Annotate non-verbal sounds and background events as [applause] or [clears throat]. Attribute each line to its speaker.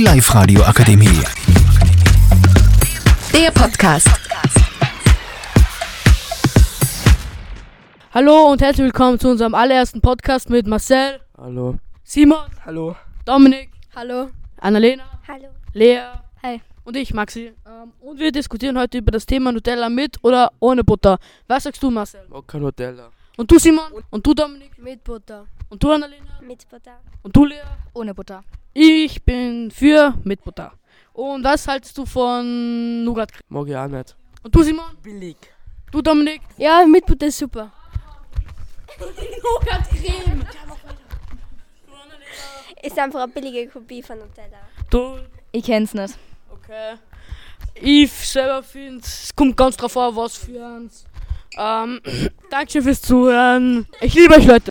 Speaker 1: Live Radio Akademie.
Speaker 2: Der Podcast.
Speaker 3: Hallo und herzlich willkommen zu unserem allerersten Podcast mit Marcel,
Speaker 4: Hallo.
Speaker 3: Simon,
Speaker 4: Hallo.
Speaker 3: Dominik,
Speaker 5: Hallo.
Speaker 3: Annalena,
Speaker 5: Hallo.
Speaker 3: Lea
Speaker 5: Hi.
Speaker 3: und ich, Maxi. Ähm, und wir diskutieren heute über das Thema Nutella mit oder ohne Butter. Was sagst du, Marcel?
Speaker 4: Mokka Nutella.
Speaker 3: Und du, Simon? Und du, Dominik?
Speaker 5: Mit Butter.
Speaker 3: Und du, Annalena?
Speaker 5: Mit Butter.
Speaker 3: Und du, Lea?
Speaker 5: Ohne Butter.
Speaker 3: Ich bin für mit Butter. Und was haltest du von Nougat?
Speaker 4: Mag ich auch nicht.
Speaker 3: Und du, Simon?
Speaker 4: Billig.
Speaker 3: Du, Dominik?
Speaker 5: Ja, mit Butter ist super.
Speaker 6: Ist einfach eine billige Kopie von Nutella.
Speaker 3: Du?
Speaker 5: Ich kenn's nicht.
Speaker 3: Okay. Ich selber finde, es kommt ganz drauf an, was für eins. Ähm, [clears throat] Dankeschön fürs Zuhören. Ich liebe euch, Leute.